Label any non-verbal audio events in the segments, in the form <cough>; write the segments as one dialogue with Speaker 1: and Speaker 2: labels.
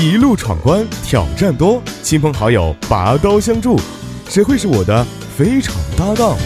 Speaker 1: 一路闯关，挑战多，亲朋好友拔刀相助，谁会是我的非常搭档？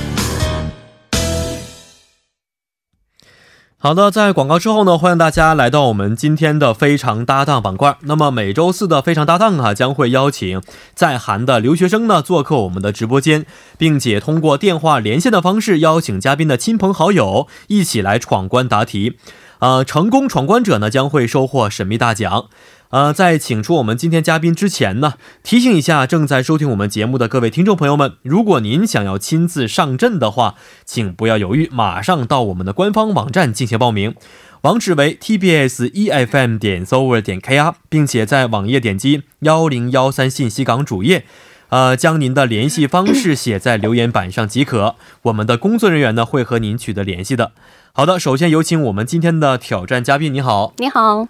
Speaker 2: 好的，在广告之后呢，欢迎大家来到我们今天的非常搭档板块。那么每周四的非常搭档啊，将会邀请在韩的留学生呢做客我们的直播间，并且通过电话连线的方式邀请嘉宾的亲朋好友一起来闯关答题。呃，成功闯关者呢将会收获神秘大奖。呃，在请出我们今天嘉宾之前呢，提醒一下正在收听我们节目的各位听众朋友们，如果您想要亲自上阵的话，请不要犹豫，马上到我们的官方网站进行报名，网址为 tbs efm 点 s o v e r 点 kr，并且在网页点击幺零幺三信息港主页。呃，将您的联系方式写在留言板上即可，我们的工作人员呢会和您取得联系的。好的，首先有请我们今天的挑战嘉宾，你好，
Speaker 3: 你好，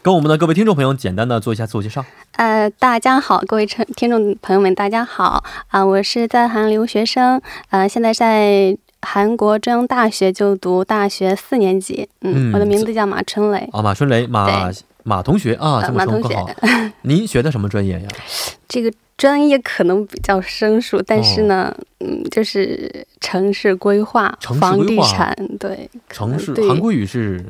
Speaker 2: 跟我们的各位听众朋友简单的做一下自我介绍。
Speaker 3: 呃，大家好，各位听听众朋友们，大家好啊、我是在韩留学生，呃，现在在韩国中央大学就读大学四年级，嗯，
Speaker 2: 嗯
Speaker 3: 我的名字叫马春蕾，
Speaker 2: 啊，马春雷，马马同学啊，
Speaker 3: 呃
Speaker 2: 这么
Speaker 3: 马
Speaker 2: 称
Speaker 3: 同
Speaker 2: 呼更
Speaker 3: 学
Speaker 2: 好。您学的什么专业呀？
Speaker 3: 这个专业可能比较生疏，但是呢，嗯，就是城市规划、
Speaker 2: 哦城市
Speaker 3: 房
Speaker 2: 规
Speaker 3: 地
Speaker 2: 划
Speaker 3: 产，对，可能
Speaker 2: 城市
Speaker 3: 对
Speaker 2: 韩国语是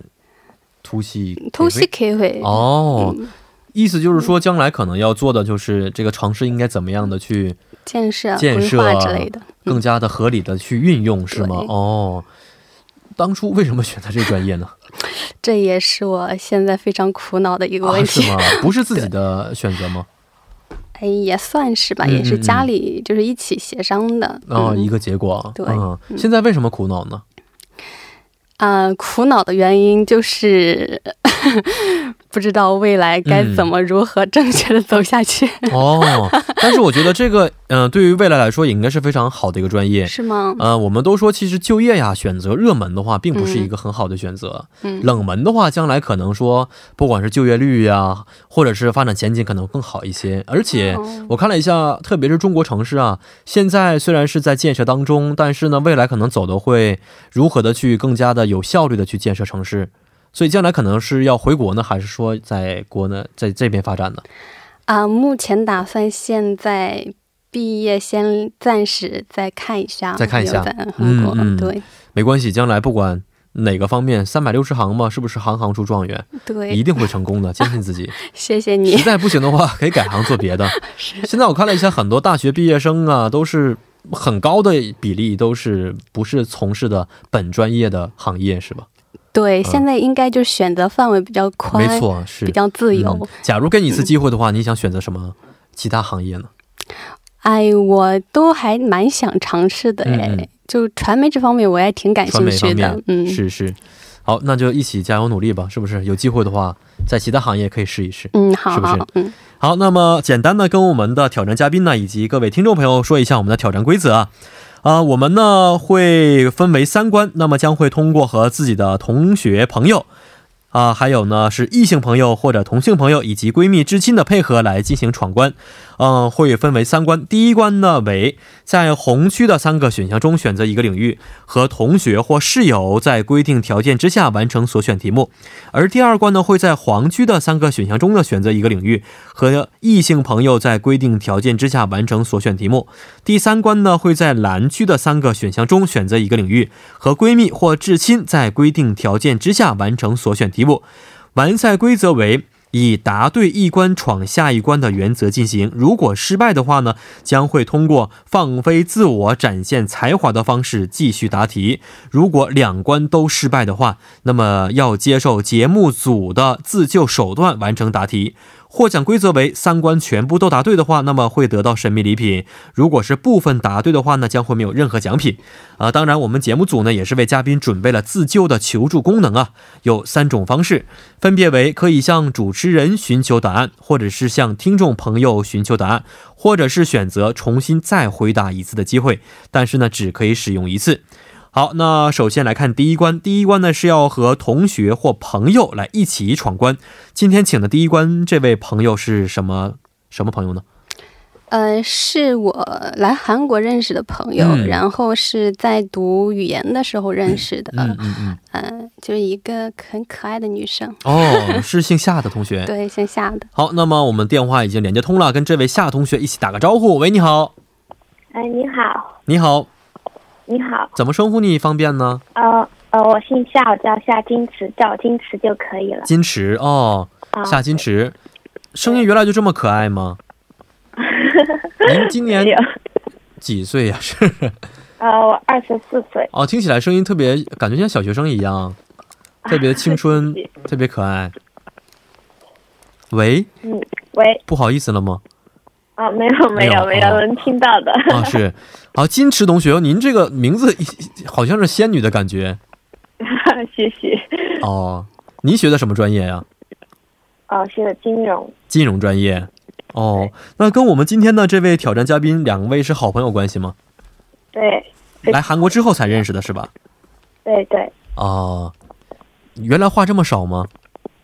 Speaker 2: 突西
Speaker 3: 偷西 K 会，
Speaker 2: 哦
Speaker 3: 嗯，
Speaker 2: 意思就是说将来可能要做的就是这个城市应该怎么样的去
Speaker 3: 建设、
Speaker 2: 建设啊
Speaker 3: 规划之类的。
Speaker 2: 更加的合理的去运用，是吗
Speaker 3: 嗯对？
Speaker 2: 哦，当初为什么选择这个专业
Speaker 3: <laughs>
Speaker 2: 呢？
Speaker 3: 这也是我现在非常苦恼的一个
Speaker 2: 啊，
Speaker 3: 问
Speaker 2: 是
Speaker 3: 题，
Speaker 2: 吗？不是自己的选择吗？
Speaker 3: <laughs> 哎，也算是吧，也
Speaker 2: 嗯
Speaker 3: 是
Speaker 2: 嗯
Speaker 3: 家里就是一起协商的。
Speaker 2: 哦，
Speaker 3: 嗯
Speaker 2: 一个结果。
Speaker 3: 对
Speaker 2: 嗯，现在为什么苦恼呢？
Speaker 3: 啊、苦恼的原因就是 <laughs> 不知道未来该
Speaker 2: 嗯
Speaker 3: 怎么如何正确的走下去，
Speaker 2: <laughs> 哦，但是我觉得这个，嗯、对于未来来说，也应该是非常好的一个专业。
Speaker 3: 是吗？
Speaker 2: 呃，我们都说，其实就业呀，选择热门的话，并不是一个很好的选择。
Speaker 3: 嗯
Speaker 2: 冷门的话，将来可能说，不管是就业率呀，或者是发展前景，可能更好一些。而且
Speaker 3: 哦
Speaker 2: 我看了一下，特别是中国城市啊，现在虽然是在建设当中，但是呢，未来可能走的会如何的去更加的有效率的去建设城市。所以将来可能是要回国呢，还是说在国呢，在这边发展呢？
Speaker 3: 啊、目前打算现在毕业先暂时再看一下，
Speaker 2: 再看一下
Speaker 3: 留在韩国，
Speaker 2: 嗯嗯
Speaker 3: 对
Speaker 2: 没关系，将来不管哪个方面，三百六十行嘛，是不是行行出状元？一
Speaker 3: 对，
Speaker 2: 定会成功
Speaker 3: <laughs>
Speaker 2: 的，坚信自己。
Speaker 3: 谢谢你
Speaker 2: 实，在不行的话，可以改行做别的。现在我看了一下，很多大学毕业生啊，都是很高的比例都是不是从事的本专业的行业，是吧？
Speaker 3: <laughs> 对，现在应该就是选择范围比较宽，
Speaker 2: 嗯没错，是
Speaker 3: 比较自由。
Speaker 2: 嗯假如给你一次机会的话，你想选择什么其他行业呢？
Speaker 3: 哎，我都还蛮想尝试的
Speaker 2: 嗯
Speaker 3: 哎，
Speaker 2: 嗯
Speaker 3: 就传媒这方面我也挺感
Speaker 2: 传
Speaker 3: 兴
Speaker 2: 媒方
Speaker 3: 趣的
Speaker 2: 面，，
Speaker 3: 嗯，
Speaker 2: 是是。好，那就一起加油努力吧，是不是？有机会的话，在其他行业可以试一试。
Speaker 3: 嗯，好
Speaker 2: 是不是
Speaker 3: 好，嗯。
Speaker 2: 好，那么简单的跟我们的挑战嘉宾呢，以及各位听众朋友说一下我们的挑战规则啊。啊、我们呢会分为三关，那么将会通过和自己的同学朋友。啊、还有呢是异性朋友或者同性朋友以及闺蜜至亲的配合来进行闯关，嗯、会分为三关。第一关呢为在红区的三个选项中选择一个领域，和同学或室友在规定条件之下完成所选题目。而第二关呢会在黄区的三个选项中呢选择一个领域，和异性朋友在规定条件之下完成所选题目。第三关呢，会在蓝区的三个选项中选择一个领域，和闺蜜或至亲在规定条件之下完成所选题目。完赛规则为。以答对一关闯下一关的原则进行，如果失败的话呢，将会通过放飞自我、展现才华的方式继续答题。如果两关都失败的话，那么要接受节目组的自救手段完成答题。获奖规则为三关全部都答对的话，那么会得到神秘礼品；如果是部分答对的话呢，将会没有任何奖品。啊、当然，我们节目组呢也是为嘉宾准备了自救的求助功能啊，有三种方式，分别为可以向主持人寻求答案，或者是向听众朋友寻求答案，或者是选择重新再回答一次的机会，但是呢，只可以使用一次。好，那首先来看第一关。第一关呢是要和同学或朋友来一起闯关。今天请的第一关这位朋友是什么什么朋友呢？
Speaker 3: 呃，是我来韩国认识的朋友，
Speaker 2: 嗯
Speaker 3: 然后是在读语言的时候认识的，
Speaker 2: 嗯嗯嗯，
Speaker 3: 嗯，就是一个很可爱的女生，
Speaker 2: 哦，是姓夏的同学。
Speaker 3: 对，线下的。
Speaker 2: 好，那么我们电话已经连接通了，跟这位夏同学一起打个招呼。喂，你好，
Speaker 4: 哎，你好，
Speaker 2: 你好，
Speaker 4: 你好，
Speaker 2: 怎么称呼你方便呢？
Speaker 4: 呃呃，我姓夏，我叫夏金池，叫我金池就可以了。
Speaker 2: 金池哦，
Speaker 4: 啊
Speaker 2: 夏金池，声音原来就这么可爱
Speaker 4: <laughs>
Speaker 2: 吗？您今年
Speaker 4: 没有，
Speaker 2: 几岁呀、 <laughs> 是
Speaker 4: 呃，我二十四岁，
Speaker 2: 哦，听起来声音特别，感觉像小学生一样，
Speaker 4: 啊
Speaker 2: 特别青春，特别可爱。喂，
Speaker 4: 嗯，喂，
Speaker 2: 不好意思了
Speaker 4: <laughs>
Speaker 2: 吗？
Speaker 4: 啊、没有没有
Speaker 2: 没
Speaker 4: 没
Speaker 2: 有
Speaker 4: 有
Speaker 2: 哦
Speaker 4: 能听到的， <laughs>
Speaker 2: 啊，是，好，金池同学，您这个名字 <laughs> 好像是仙女的感觉
Speaker 4: 谢谢。
Speaker 2: 哦。您学的什么专业呀、
Speaker 4: 哦，是的，金融，
Speaker 2: 金融专业。哦，那跟我们今天的这位挑战嘉宾两位是好朋友关系吗？
Speaker 4: 对对
Speaker 2: 来韩国之后才认识的是吧？
Speaker 4: 对对，
Speaker 2: 哦，原来话这么少吗？ <laughs>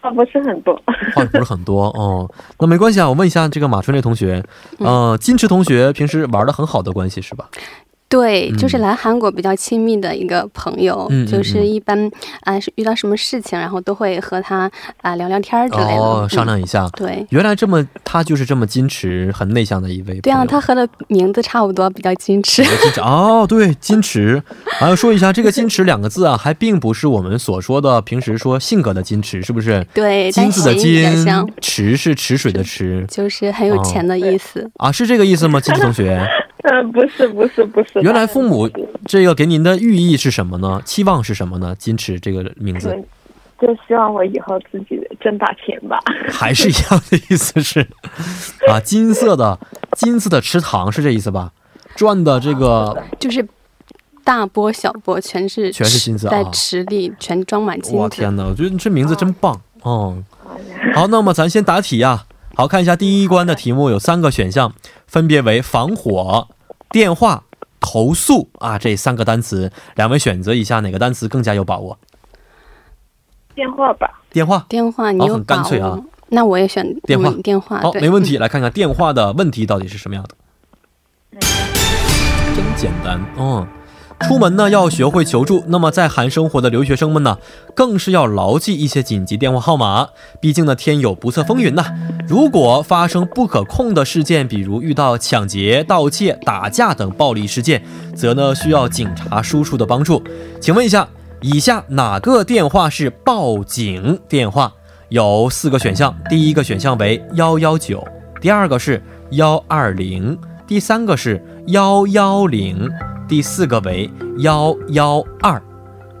Speaker 4: 哦，不是很多， <laughs>
Speaker 2: 话不是很多哦。那没关系啊，我问一下这个马春丽同学，
Speaker 3: 嗯
Speaker 2: 呃，金池同学平时玩的很好的关系是吧？
Speaker 3: 对，就是
Speaker 2: 嗯
Speaker 3: 来韩国比较亲密的一个朋友，
Speaker 2: 嗯嗯
Speaker 3: 就是
Speaker 2: 嗯
Speaker 3: 一般啊、是遇到什么事情，然后都会和他啊、聊聊天儿之类的。
Speaker 2: 哦，
Speaker 3: 嗯
Speaker 2: 商量一下。
Speaker 3: 对，
Speaker 2: 原来这么，他就是这么矜持、很内向的一位朋友。
Speaker 3: 对啊，他和的名字差不多，比较矜持。
Speaker 2: 矜持哦，对，矜持。还要说一下，这个“矜持”两个字啊，还并不是我们所说的平时说性格的矜持，是不是？
Speaker 3: 对，
Speaker 2: 金
Speaker 3: 但
Speaker 2: 字的
Speaker 3: 谐音比较
Speaker 2: 金
Speaker 3: 像，，
Speaker 2: 池是池水的池
Speaker 3: <laughs> 就是很有钱的意思。
Speaker 2: 啊，是这个意思吗？金池同学，
Speaker 4: 呃，不是不是不是的，
Speaker 2: 原来父母这个给您的寓意是什么呢？期望是什么呢？金池这个名
Speaker 4: 可
Speaker 2: 字
Speaker 4: 能就希望我以后自己挣大钱吧，
Speaker 2: <laughs> 还是一样的意思是啊，金色的金色的池塘是这意思吧？赚的这个
Speaker 3: 就是大波小波全是
Speaker 2: 全是金子
Speaker 3: 在
Speaker 2: 啊
Speaker 3: 池里全装满金
Speaker 2: 我
Speaker 3: 子。
Speaker 2: 天哪，我觉得这名字真棒哦、好，那么咱先答题呀、好看一下第一关的题目有三个选项，分别为防火、电话、投诉啊这三个单词，两位选择一下哪个单词更加有把握？
Speaker 4: 电话吧，
Speaker 2: 电话。
Speaker 3: 电话你
Speaker 2: 哦
Speaker 3: 有
Speaker 2: 很
Speaker 3: 把
Speaker 2: 干脆啊
Speaker 3: 握？那我也选
Speaker 2: 电话
Speaker 3: 嗯电话
Speaker 2: 好，
Speaker 3: 对
Speaker 2: 没问题。来看看电话的问题到底是什么样的。真简单，嗯。出门呢要学会求助，那么在韩生活的留学生们呢，更是要牢记一些紧急电话号码，毕竟呢天有不测风云呐、如果发生不可控的事件，比如遇到抢劫、盗窃、打架等暴力事件，则呢需要警察叔叔的帮助。请问一下，以下哪个电话是报警电话？有四个选项，第一个选项为幺幺九，第二个是幺二零，第三个是幺幺零，第四个为幺幺二。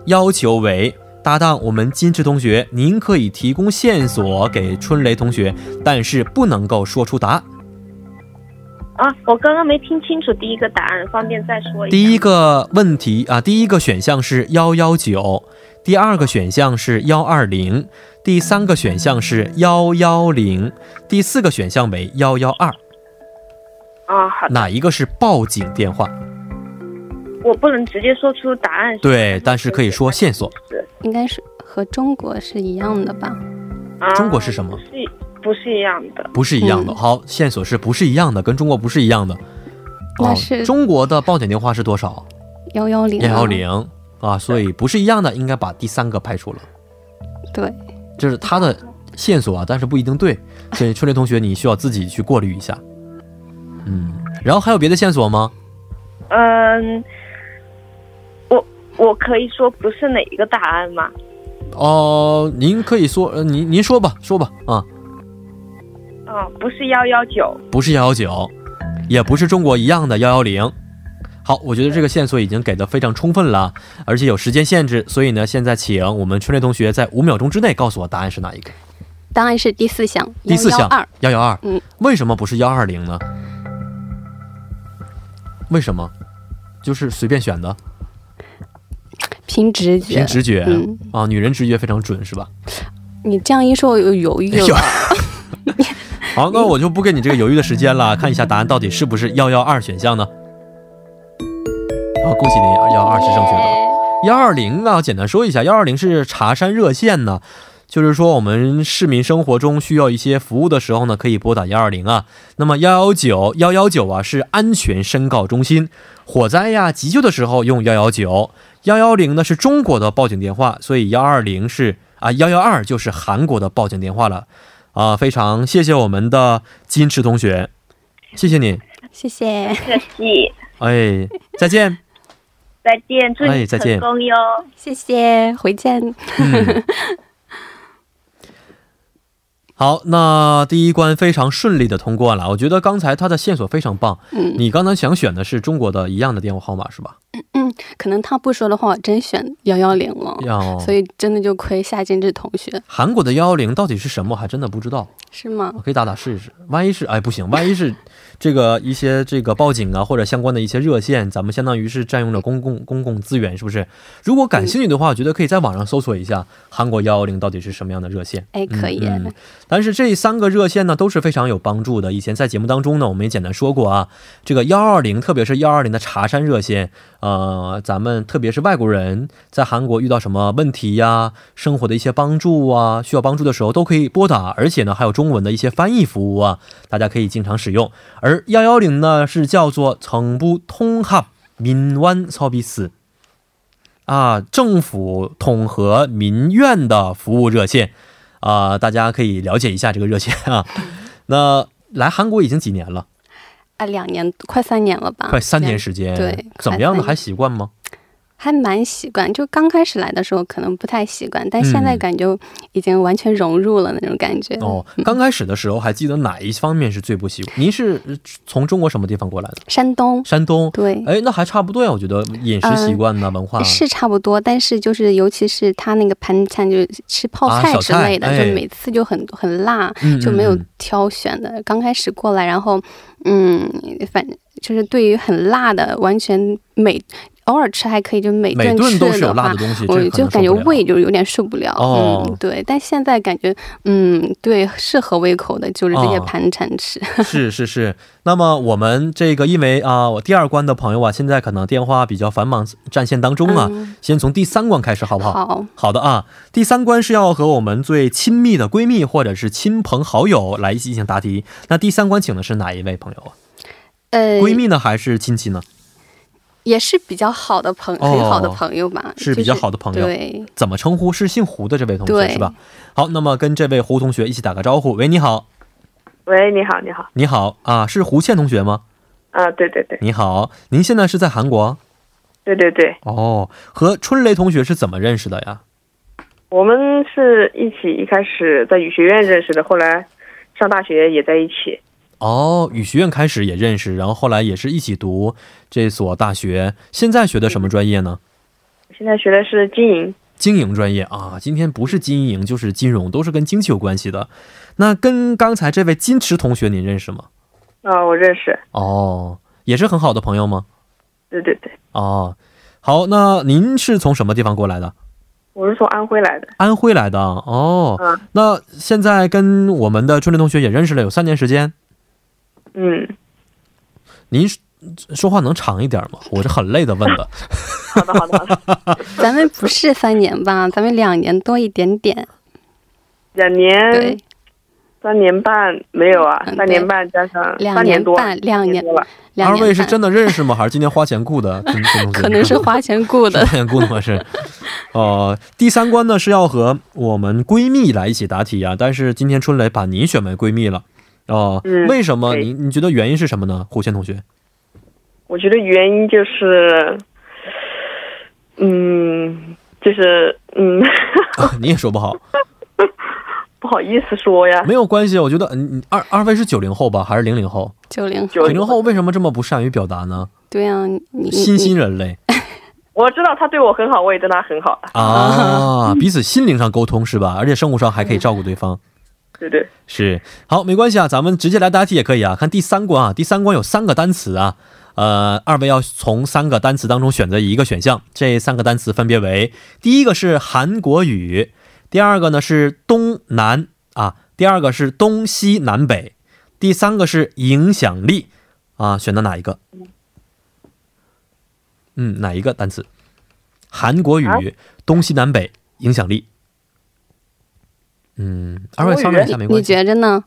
Speaker 2: 要求为：搭档，我们金池同学，您可以提供线索给春雷同学，但是不能够说出答案。
Speaker 4: 啊，我刚刚没听清楚第一个答案，方便再说一下。
Speaker 2: 第一个问题啊，第一个选项是幺幺九，第二个选项是幺二零，第三个选项是幺幺零，第四个选项为幺幺二。
Speaker 4: 啊，好的，
Speaker 2: 哪一个是报警电话？
Speaker 4: 我不能直接说出答案。
Speaker 2: 对，但是可以说线索。
Speaker 3: 应该是和中国是一样的吧？
Speaker 4: 啊
Speaker 2: 中国是什么
Speaker 4: 不是不是一样的。
Speaker 2: 不是一样的。
Speaker 3: 嗯
Speaker 2: 好，线索是不是一样的？跟中国不是一样的。
Speaker 3: 那
Speaker 2: 哦
Speaker 3: 是
Speaker 2: 中国的报警电话是多少？
Speaker 3: 幺幺零
Speaker 2: 幺幺零啊，所以不是一样的，应该把第三个排除了。
Speaker 3: 对，
Speaker 2: 这是他的线索啊，但是不一定对，所以春雷同学你需要自己去过滤一下。嗯，然后还有别的线索吗？
Speaker 4: 嗯，我我可以说不是哪一个答案吗？
Speaker 2: 哦、您可以说，呃您您说吧，说吧啊，
Speaker 4: 嗯，不是幺幺九。
Speaker 2: 不是幺幺九，也不是中国一样的幺幺零。好，我觉得这个线索已经给的非常充分了，而且有时间限制，所以呢，现在请我们春雷同学在五秒钟之内告诉我答案是哪一个。
Speaker 3: 答案是第四项，
Speaker 2: 第四项
Speaker 3: 112
Speaker 2: 幺幺二
Speaker 3: 嗯，
Speaker 2: 为什么不是幺二零呢？为什么？就是随便选的，
Speaker 3: 凭直觉。
Speaker 2: 凭直觉、
Speaker 3: 嗯
Speaker 2: 啊，女人直觉非常准是吧？
Speaker 3: 你这样一说，我又犹豫
Speaker 2: <laughs> 有
Speaker 3: 了。
Speaker 2: 好，那我就不给你这个犹豫的时间了，
Speaker 3: 嗯
Speaker 2: 看一下答案到底是不是幺幺二选项呢？好，恭喜
Speaker 3: 哦
Speaker 2: 您，幺二是正确的。幺二零啊，简单说一下，幺二零是茶山热线呢，就是说我们市民生活中需要一些服务的时候呢，可以拨打幺二零啊。那么幺幺九幺幺九啊是安全申告中心，火灾呀、急救的时候用幺幺九，幺幺零呢是中国的报警电话，所以幺二零是啊幺幺二就是韩国的报警电话了。啊，非常谢谢我们的金池同学，谢谢你，
Speaker 3: 谢谢， <laughs>
Speaker 4: 客气，
Speaker 2: 哎，再见。
Speaker 4: 再见，祝
Speaker 2: 哎
Speaker 4: 你
Speaker 2: 再见
Speaker 4: 成功哟。
Speaker 3: 谢谢，回见。
Speaker 2: 嗯， <laughs> 好，那第一关非常顺利的通过了。我觉得刚才他的线索非常棒。
Speaker 3: 嗯
Speaker 2: 你刚才想选的是中国的一样的电话号码是吧？
Speaker 3: 嗯，可能他不说的话，我真选幺幺零了。
Speaker 2: 要
Speaker 3: 哦所以真的就亏夏金志同学
Speaker 2: 韩国的幺幺零到底是什么？我还真的不知道。
Speaker 3: 是吗
Speaker 2: 我？可以打打试试，万一是哎不行，万一是这个一些这个报警啊或者相关的一些热线，咱们相当于是占用了公共公共资源，是不是？如果感兴趣的话，我觉得可以在网上搜索一下韩国幺幺零到底是什么样的热线。
Speaker 3: 哎，可以，
Speaker 2: 嗯嗯但是这三个热线呢都是非常有帮助的。以前在节目当中呢，我们也简单说过啊，这个幺二零，特别是幺二零的茶山热线，呃，咱们特别是外国人在韩国遇到什么问题呀、生活的一些帮助啊，需要帮助的时候都可以拨打，而且呢还有中文的一些翻译服务啊，大家可以经常使用。而幺幺零呢是叫做정부통합민원서비스。啊，政府统合民怨的服务热线，啊、大家可以了解一下这个热线啊。
Speaker 3: 嗯
Speaker 2: 那来韩国已经几年了，
Speaker 3: 啊，两年快三年了吧？
Speaker 2: 快三年
Speaker 3: 这样
Speaker 2: 时间，
Speaker 3: 啊对
Speaker 2: 怎么样呢？
Speaker 3: 快三年
Speaker 2: 还习惯吗？
Speaker 3: 还蛮习惯，就刚开始来的时候可能不太习惯，但现在
Speaker 2: 嗯
Speaker 3: 感觉已经完全融入了那种感觉。
Speaker 2: 哦，刚开始的时候还记得哪一方面是最不习惯？您是呃从中国什么地方过来的？
Speaker 3: 山东
Speaker 2: 山东。
Speaker 3: 对、呃
Speaker 2: 哎，那还差不多呀，我觉得饮食习惯呢，文化
Speaker 3: 是差不多，但是就是尤其是他那个盘菜，就是吃泡
Speaker 2: 啊
Speaker 3: 菜
Speaker 2: 小
Speaker 3: 之
Speaker 2: 菜
Speaker 3: 类的，
Speaker 2: 哎
Speaker 3: 就每次就很很辣，
Speaker 2: 嗯
Speaker 3: 就没有
Speaker 2: 嗯
Speaker 3: 挑选的。刚开始过来，然后嗯，反就是对于很辣的，完全每偶尔吃还可以，就每
Speaker 2: 嗯每
Speaker 3: 顿
Speaker 2: 顿
Speaker 3: 吃
Speaker 2: 都是有
Speaker 3: 的
Speaker 2: 辣
Speaker 3: 话
Speaker 2: 的，东西，这
Speaker 3: 我
Speaker 2: 个可
Speaker 3: 就
Speaker 2: 能
Speaker 3: 感觉
Speaker 2: 受不了
Speaker 3: 胃 <laughs> 就有点受不了。
Speaker 2: 哦
Speaker 3: 嗯，对。但现在感觉，嗯，对，适合胃口的就是这些
Speaker 2: 哦
Speaker 3: 盘缠吃。
Speaker 2: 是是是，那么我们这个因为啊，我第二关的朋友啊，现在可能电话比较繁忙，占线当中啊，
Speaker 3: 嗯
Speaker 2: 先从第三关开始好不好？
Speaker 3: 好，
Speaker 2: 好的啊，第三关是要和我们最亲密的闺蜜或者是亲朋好友来进行答题。那第三关请的是哪一位朋友啊？
Speaker 3: 呃，
Speaker 2: 闺蜜呢，还是亲戚呢？
Speaker 3: 也是比较好的朋，
Speaker 2: 哦
Speaker 3: 很好的朋友吧，
Speaker 2: 是比较好的朋友
Speaker 3: 就是对，
Speaker 2: 怎么称呼？是姓胡的这位同学
Speaker 3: 对
Speaker 2: 是吧？好，那么跟这位胡同学一起打个招呼。喂，你好，
Speaker 4: 喂，你好，你好，
Speaker 2: 你好啊，是胡倩同学吗？
Speaker 4: 啊，对对对，
Speaker 2: 你好，您现在是在韩国
Speaker 4: 对对对，
Speaker 2: 哦？和春雷同学是怎么认识的呀？
Speaker 4: 我们是一起一开始在语学院认识的，后来上大学也在一起。
Speaker 2: 哦，语学院开始也认识，然后后来也是一起读这所大学。现在学的什么专业呢？
Speaker 4: 现在学的是经营，
Speaker 2: 经营专业啊，今天不是经营就是金融，都是跟经济有关系的。那跟刚才这位金池同学您认识吗？
Speaker 4: 啊，我认识，
Speaker 2: 哦，也是很好的朋友吗？
Speaker 4: 对对对，
Speaker 2: 哦，好，那您是从什么地方过来的？
Speaker 4: 我是从安徽来的，
Speaker 2: 安徽来的啊哦。
Speaker 4: 嗯
Speaker 2: 那现在跟我们的春林同学也认识了有三年时间，
Speaker 4: 嗯，
Speaker 2: 您说说话能长一点吗？我是很累的问的。
Speaker 4: 好的好的好的，
Speaker 3: 咱们不是三年吧，咱们两年多一点点，
Speaker 4: 两年
Speaker 3: 对，
Speaker 4: 三年半没有啊
Speaker 3: 嗯，
Speaker 4: 三年半加上
Speaker 3: 两
Speaker 4: 三年多，
Speaker 3: 半，两
Speaker 4: 三
Speaker 3: 年
Speaker 4: 年多了，
Speaker 3: 两
Speaker 2: 二
Speaker 3: 年
Speaker 2: 位是
Speaker 3: 半
Speaker 2: 真的认识吗？还是今天花钱雇的？金池同学
Speaker 3: 可能是花钱雇的
Speaker 2: <laughs> 是，扮演姑娘是。哦、第三关呢是要和我们闺蜜来一起答题啊，但是今天春雷把你选为闺蜜了。哦、
Speaker 4: 嗯
Speaker 2: 为什么？
Speaker 4: 对
Speaker 2: 你你觉得原因是什么呢？胡倩同学， <laughs>
Speaker 4: 我觉得原因就是，嗯，就是嗯， <laughs>
Speaker 2: 你也说不好，
Speaker 4: 不好意思说呀，
Speaker 2: 没有关系。我觉得，嗯，你二二位是九零后吧，还是零零后？
Speaker 3: 九零后，
Speaker 4: 九
Speaker 2: 九零后为什么这么不善于表达呢？
Speaker 3: 对啊，你你
Speaker 2: 新
Speaker 3: 你
Speaker 2: 兴人类
Speaker 4: 我知道他对我很好，我也对他很好，
Speaker 3: <laughs>
Speaker 2: 啊，彼此心灵上沟通是吧？而且生活上还可以照顾对方。
Speaker 4: 对对，
Speaker 2: 是，好，没关系啊，咱们直接来答题也可以啊。看第三关啊，第三关有三个单词啊，呃，二位要从三个单词当中选择一个选项，这三个单词分别为：第一个是韩国语，第二个呢是东南啊，第二个是东西南北，第三个是影响力啊，选择哪一个？嗯，哪一个单词？韩国语、东西南北、影响力。嗯，二位商量一下没
Speaker 3: 你
Speaker 2: 关系。
Speaker 3: 觉着呢？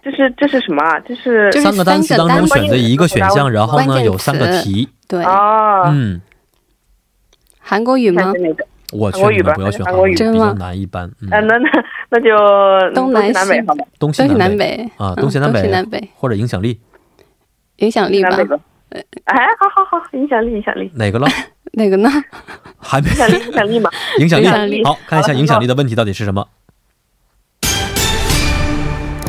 Speaker 4: 这是这是什么啊？这是
Speaker 3: 就是
Speaker 2: 三个单词当中选择一个选项，然后
Speaker 3: 关
Speaker 2: 呢
Speaker 3: 键
Speaker 2: 有三个
Speaker 3: 词
Speaker 2: 题。
Speaker 3: 对，
Speaker 4: 啊，
Speaker 2: 嗯，
Speaker 3: 韩国语吗
Speaker 4: 看是？哪个？
Speaker 2: 我
Speaker 4: 韩国
Speaker 2: 劝你
Speaker 4: 语
Speaker 2: 们
Speaker 4: 吧
Speaker 2: 不要选
Speaker 4: 韩
Speaker 2: 韩
Speaker 4: 国
Speaker 2: 国
Speaker 4: 语
Speaker 2: 语，
Speaker 3: 真
Speaker 2: 比较
Speaker 3: 吗
Speaker 2: 难一般。
Speaker 4: 呃，
Speaker 2: 嗯，
Speaker 4: 那 <laughs> 那那就
Speaker 3: 东南
Speaker 4: 南南北
Speaker 3: 西
Speaker 4: 好吧，
Speaker 2: 东西
Speaker 3: 东西南
Speaker 2: 南北
Speaker 3: 北
Speaker 2: 啊，
Speaker 3: 嗯
Speaker 2: 东西南
Speaker 3: 东西
Speaker 2: 北
Speaker 3: 南北，
Speaker 2: 或者影响力
Speaker 3: 影响力吧
Speaker 4: 南？北吧。
Speaker 3: 呃
Speaker 4: 哎，好好好，影响力，影响力，
Speaker 2: 哪个了？
Speaker 3: 哪个呢？
Speaker 2: 还没
Speaker 4: 影响力，影响力嘛。
Speaker 2: 影响
Speaker 3: 影响
Speaker 2: 力。
Speaker 4: 力
Speaker 2: 好，看一下
Speaker 4: 好了
Speaker 2: 影响力的问题到底是什么。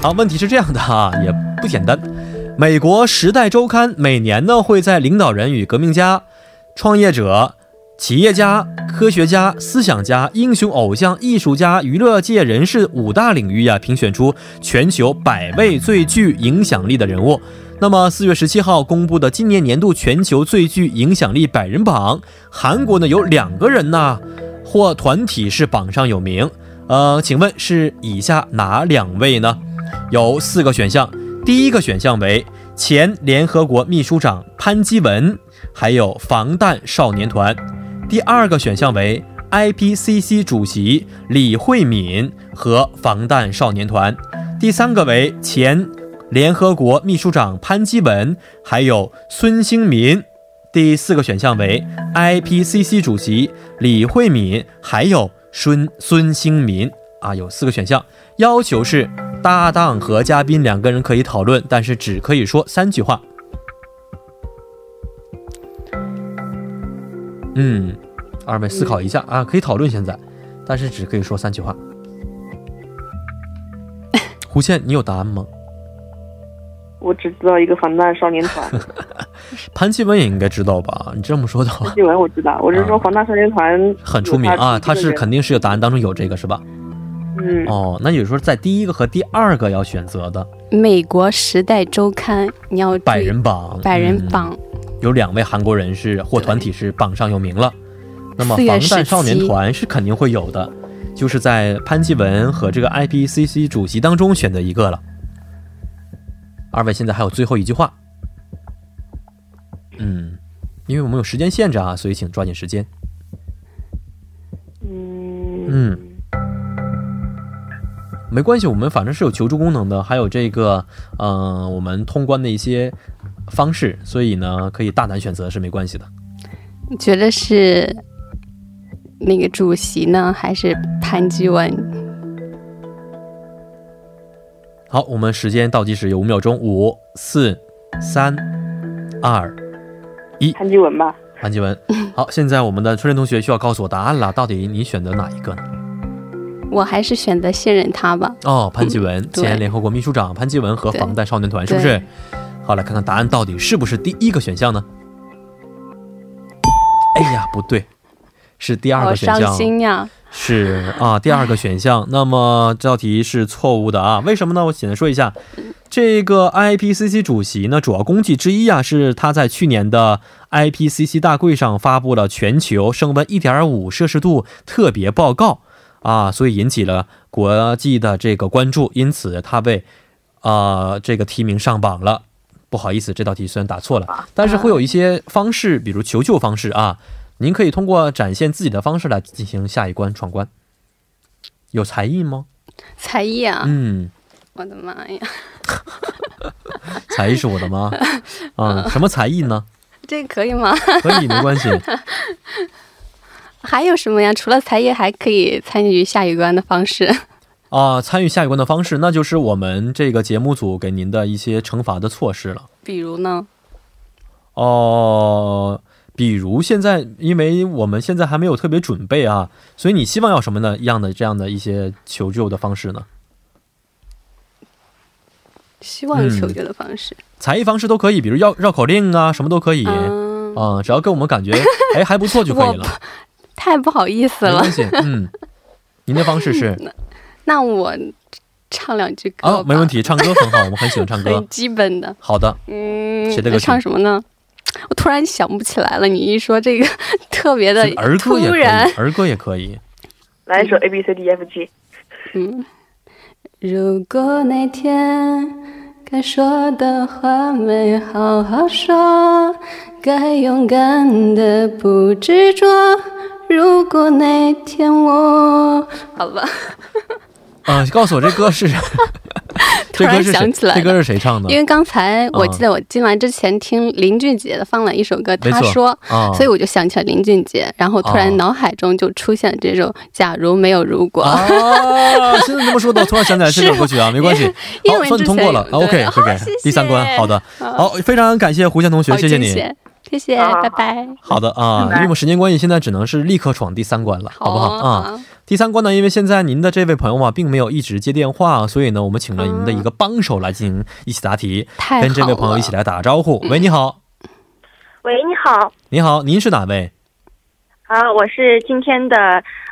Speaker 2: 好，问题是这样的哈、也不简单。美国《时代周刊》每年呢会在领导人与革命家、创业者、企业家、科学家、思想家、英雄偶像、艺术家、娱乐界人士五大领域呀、啊评选出全球百位最具影响力的人物。那么四月十七号公布的今年年度全球最具影响力百人榜，韩国呢有两个人呢或团体是榜上有名。呃，请问是以下哪两位呢？有四个选项，第一个选项为前联合国秘书长潘基文，还有防弹少年团；第二个选项为 IPCC 主席李慧敏和防弹少年团；第三个为前联合国秘书长潘基文，还有孙兴民。第四个选项为 IPCC 主席李慧敏，还有孙孙兴民啊，有四个选项。要求是搭档和嘉宾两个人可以讨论，但是只可以说三句话。嗯，二位思考一下啊，可以讨论现在，但是只可以说三句话。胡倩，你有答案吗？
Speaker 4: 我只知道一个防弹少年团，
Speaker 2: 潘基文也应该知道吧？你这么说的
Speaker 4: <laughs>
Speaker 2: 话，
Speaker 4: 新闻我知道，我是说防弹少年团
Speaker 2: 啊很出名啊，他是肯定是有答案当中有这个是吧？
Speaker 4: 嗯，
Speaker 2: 哦，那也就是说在第一个和第二个要选择的
Speaker 3: 美国《时代周刊》，你要注意
Speaker 2: 百人榜，
Speaker 3: 百人
Speaker 2: 嗯
Speaker 3: 榜，
Speaker 2: 有两位韩国人是或团体是榜上有名了。那么
Speaker 3: 四月
Speaker 2: 防
Speaker 3: 十
Speaker 2: 弹少年
Speaker 3: 七
Speaker 2: 团是肯定会有的，就是在潘基文和这个 IPCC 主席当中选择一个了。二位现在还有最后一句话，嗯，因为我们有时间限制啊，所以请抓紧时间。
Speaker 4: 嗯
Speaker 2: 嗯，没关系，我们反正是有求助功能的，还有这个，嗯、我们通关的一些方式，所以呢，可以大胆选择是没关系的。嗯
Speaker 3: 你觉得是那个主席呢，还是潘基文？
Speaker 2: 好，我们时间倒计时有五秒钟，五、四、三、二。
Speaker 4: 潘基文吧，
Speaker 2: 潘基
Speaker 3: <laughs>
Speaker 2: 文，好，现在我们的春晨同学需要告诉我答案了，到底你选择哪一个呢？
Speaker 3: 我还是选择信任他吧。
Speaker 2: 哦，潘基文，
Speaker 3: 对
Speaker 2: 前联合国秘书长潘基文和
Speaker 3: 对
Speaker 2: 防弹少年团，是不是？好，来看看答案到底是不是第一个选项呢？哎呀，不对，是第二
Speaker 3: 好
Speaker 2: 个选
Speaker 3: 伤
Speaker 2: 项，
Speaker 3: 心呀！
Speaker 2: 是啊，第二个选项。那么这道题是错误的啊？为什么呢？我简单说一下，这个 IPCC 主席呢，主要功绩之一啊，是他在去年的 IPCC 大会上发布了全球升温1.5摄氏度特别报告啊，所以引起了国际的这个关注，因此他被呃这个提名上榜了。不好意思，这道题虽然答错了，但是会有一些方式，比如求救方式啊，您可以通过展现自己的方式来进行下一关闯关。有才艺吗？
Speaker 3: 才艺啊！
Speaker 2: 嗯，
Speaker 3: 我的妈呀， <laughs>
Speaker 2: 才艺是我的妈。啊、什么才艺呢？
Speaker 3: 这个可以吗？ <laughs>
Speaker 2: 可以，没关系。
Speaker 3: 还有什么呀？除了才艺，还可以参与下一关的方式。 <laughs>
Speaker 2: 啊、参与下一关的方式，那就是我们这个节目组给您的一些惩罚的措施了。
Speaker 3: 比如呢？
Speaker 2: 哦、比如现在，因为我们现在还没有特别准备啊，所以你希望要什么呢样的这样的一些求救的方式呢？
Speaker 3: 希望求
Speaker 2: 嗯
Speaker 3: 救的方式。
Speaker 2: 才艺方式都可以，比如绕绕口令啊，什么都可以。啊、
Speaker 3: 嗯，
Speaker 2: 只要给我们感觉哎还不错就可以了。
Speaker 3: 太不好意思
Speaker 2: 没
Speaker 3: 了
Speaker 2: 关。系，嗯，您的方式是
Speaker 3: <laughs> 那我唱两句歌吧。
Speaker 2: 啊，没问题，唱歌很好，我们很喜欢唱
Speaker 3: <laughs>
Speaker 2: 歌
Speaker 3: 很。基本的。
Speaker 2: 好的，
Speaker 3: 嗯，
Speaker 2: 谁的歌曲
Speaker 3: 唱什么呢？我突然想不起来了。你一说这个 <laughs> 特别的
Speaker 2: 这儿歌也
Speaker 3: 突
Speaker 2: 可
Speaker 3: 然
Speaker 2: 以，，儿歌也可以。
Speaker 4: 来一首 A B C D E F G，
Speaker 3: 嗯。如果那天该说的话没好好说，该勇敢的不
Speaker 2: 嗯
Speaker 3: 执着。如果那天我……好吧，
Speaker 2: 啊，告诉我这歌
Speaker 3: <laughs>
Speaker 2: 是，
Speaker 3: 突
Speaker 2: 这
Speaker 3: 然
Speaker 2: 歌是谁
Speaker 3: 想起来
Speaker 2: 这歌是
Speaker 3: 了。
Speaker 2: 谁唱的
Speaker 3: 因？为刚才我记
Speaker 2: 啊
Speaker 3: 得我进来之前听林俊杰的放了一首歌，
Speaker 2: 没
Speaker 3: 他
Speaker 2: 错
Speaker 3: 说，
Speaker 2: 啊，
Speaker 3: 所以我就想起了林俊杰，然后突
Speaker 2: 哦
Speaker 3: 然脑海中就出现了这首《假如没有如 <laughs> 果》
Speaker 2: 啊，现在这么说的，我突然想起来
Speaker 3: <laughs>
Speaker 2: 这首歌曲啊，没关系，
Speaker 3: 因
Speaker 2: 好，
Speaker 3: 为
Speaker 2: 算你
Speaker 3: 之
Speaker 2: 通
Speaker 3: 前
Speaker 2: 过了啊
Speaker 3: 有
Speaker 2: ，OK，
Speaker 3: 对好
Speaker 2: OK，
Speaker 3: 谢谢
Speaker 2: 第三关，好的，
Speaker 3: 啊
Speaker 2: 好，非常感谢胡翔同学，
Speaker 3: 好
Speaker 2: 谢谢你，，
Speaker 3: 谢谢，
Speaker 4: 好好
Speaker 3: 拜拜。
Speaker 2: 好的啊，因
Speaker 4: 拜
Speaker 2: 为我们时间关系，现在只能是立刻闯第三关了，好不好啊？，第三关呢，因为现在您的这位朋友啊，并没有一直接电话，所以呢，我们请了您的一个帮手来进行一起答题，
Speaker 3: 太好了
Speaker 2: 跟这位朋友一起来打个招呼。喂，你好，
Speaker 5: 喂，你好，
Speaker 2: 你好，您是哪位？
Speaker 5: 啊，我是今天的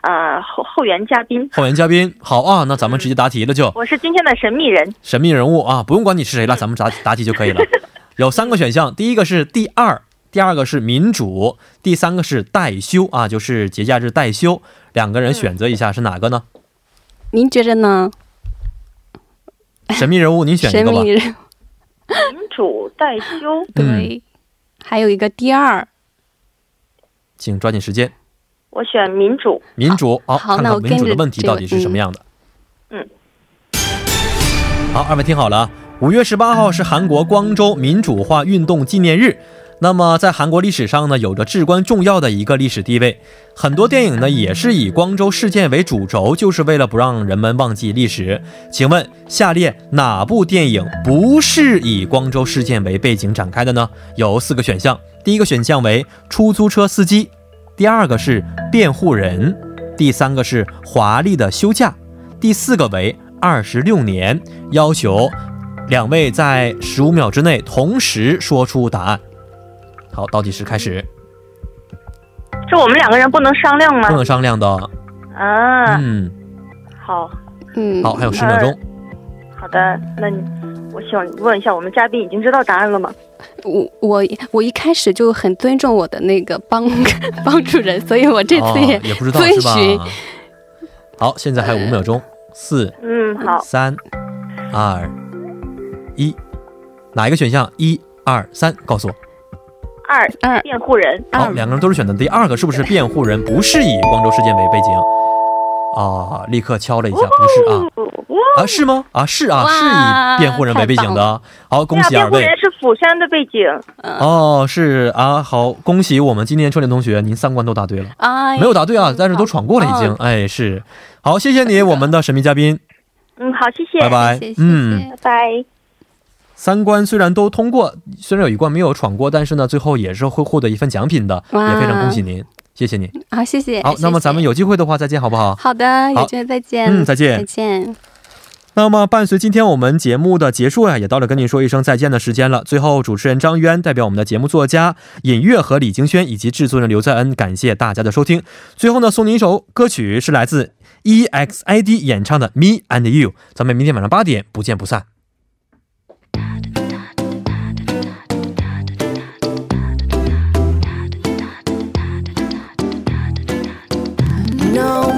Speaker 5: 呃后后援嘉宾，
Speaker 2: 后援嘉宾，好啊，那咱们直接答题了就，
Speaker 5: 我是今天的神秘人。
Speaker 2: 神秘人物啊，不用管你是谁了，咱们答答题就可
Speaker 3: <laughs>
Speaker 2: 以了。有三个选项，第一个是第二，第二个是民主，第三个是代休啊，就是节假日代休。两个人选择一下是哪个呢？
Speaker 3: 您觉着呢？
Speaker 2: 神秘人物，您选一
Speaker 3: 嗯神
Speaker 2: 个吧
Speaker 3: 秘。人
Speaker 5: 民主代修，
Speaker 2: 嗯，
Speaker 3: 对，还有一个第二，
Speaker 2: 请抓紧时间。
Speaker 5: 我选民主。
Speaker 2: 民主，好，
Speaker 3: 好
Speaker 2: 看
Speaker 3: 那
Speaker 2: 看
Speaker 3: 我
Speaker 2: 民主
Speaker 3: 跟
Speaker 2: 的
Speaker 3: 着
Speaker 2: 问题
Speaker 3: 这个
Speaker 2: 到底是什么样的。
Speaker 5: 嗯，
Speaker 2: 好，二位听好了啊，五月十八号是韩国光州民主化运动纪念日。那么，在韩国历史上呢，有着至关重要的一个历史地位。很多电影呢，也是以光州事件为主轴，就是为了不让人们忘记历史。请问，下列哪部电影不是以光州事件为背景展开的呢？有四个选项，第一个选项为出租车司机，第二个是辩护人，第三个是华丽的休假，第四个为二十六年，要求两位在十五秒之内同时说出答案。好，倒计时开始，
Speaker 5: 这我们两个人不能商量
Speaker 2: 不
Speaker 5: 吗？
Speaker 2: 能商量的。
Speaker 5: 啊，
Speaker 2: 嗯，
Speaker 5: 好
Speaker 3: 嗯，
Speaker 2: 好，还有十秒钟。
Speaker 5: 好的，那你我想问一下，我们嘉宾已经知道答案了吗？
Speaker 3: 我我我一开始就很尊重我的那个帮 <laughs> 帮助人，所以我这次也
Speaker 2: 哦、也不知道
Speaker 3: 遵
Speaker 2: 是吧
Speaker 3: 循？
Speaker 2: 好，现在还有五秒钟，四、
Speaker 5: 嗯，好，
Speaker 2: 三、二、一，哪一个选项？一、二、三，告诉我。
Speaker 5: 二
Speaker 3: 二
Speaker 5: 辩护人，
Speaker 3: 二
Speaker 2: 好，两个人都是选择第二个，是不是辩护人不是以光州事件为背景？啊，立刻敲了一下，不是啊，啊是吗？啊是啊，
Speaker 3: 哦哇
Speaker 2: 是以辩护人为背景
Speaker 3: 太棒啊
Speaker 2: 的。好，
Speaker 5: 对
Speaker 2: 恭
Speaker 5: 呀，
Speaker 2: 喜二
Speaker 5: 辩护
Speaker 2: 位
Speaker 5: 人。是釜山的背景，
Speaker 2: 哦，是啊，好，恭喜我们今天春莲同学，您三关都答对了，
Speaker 3: 哎
Speaker 2: 没有答对啊，但是都闯过了已经。
Speaker 3: 哦
Speaker 2: 哎，是，好，谢谢你，我们的神秘嘉宾，
Speaker 5: 嗯，好，谢谢，
Speaker 2: 拜拜
Speaker 3: 谢谢，。谢
Speaker 2: 嗯，
Speaker 3: 谢
Speaker 5: 拜拜。
Speaker 2: 三关虽然都通过，虽然有一关没有闯过，但是呢，最后也是会获得一份奖品的，
Speaker 3: 哇
Speaker 2: 也非常恭喜您，谢谢您。
Speaker 3: 好，谢谢。
Speaker 2: 好，那么
Speaker 3: 谢谢
Speaker 2: 咱们有机会的话再见，好不好？
Speaker 3: 好的，
Speaker 2: 好
Speaker 3: 有机会再见，
Speaker 2: 嗯再见
Speaker 3: 再见。
Speaker 2: 那么，伴随今天我们节目的结束啊呀、也到了跟你说一声再见的时间了。最后，主持人张渊代表我们的节目作家尹月和李晶轩以及制作人刘在恩，感谢大家的收听。最后呢，送您一首歌曲，是来自 E EXID 演唱的《Me and You》。咱们明天晚上八点不见不散。
Speaker 6: No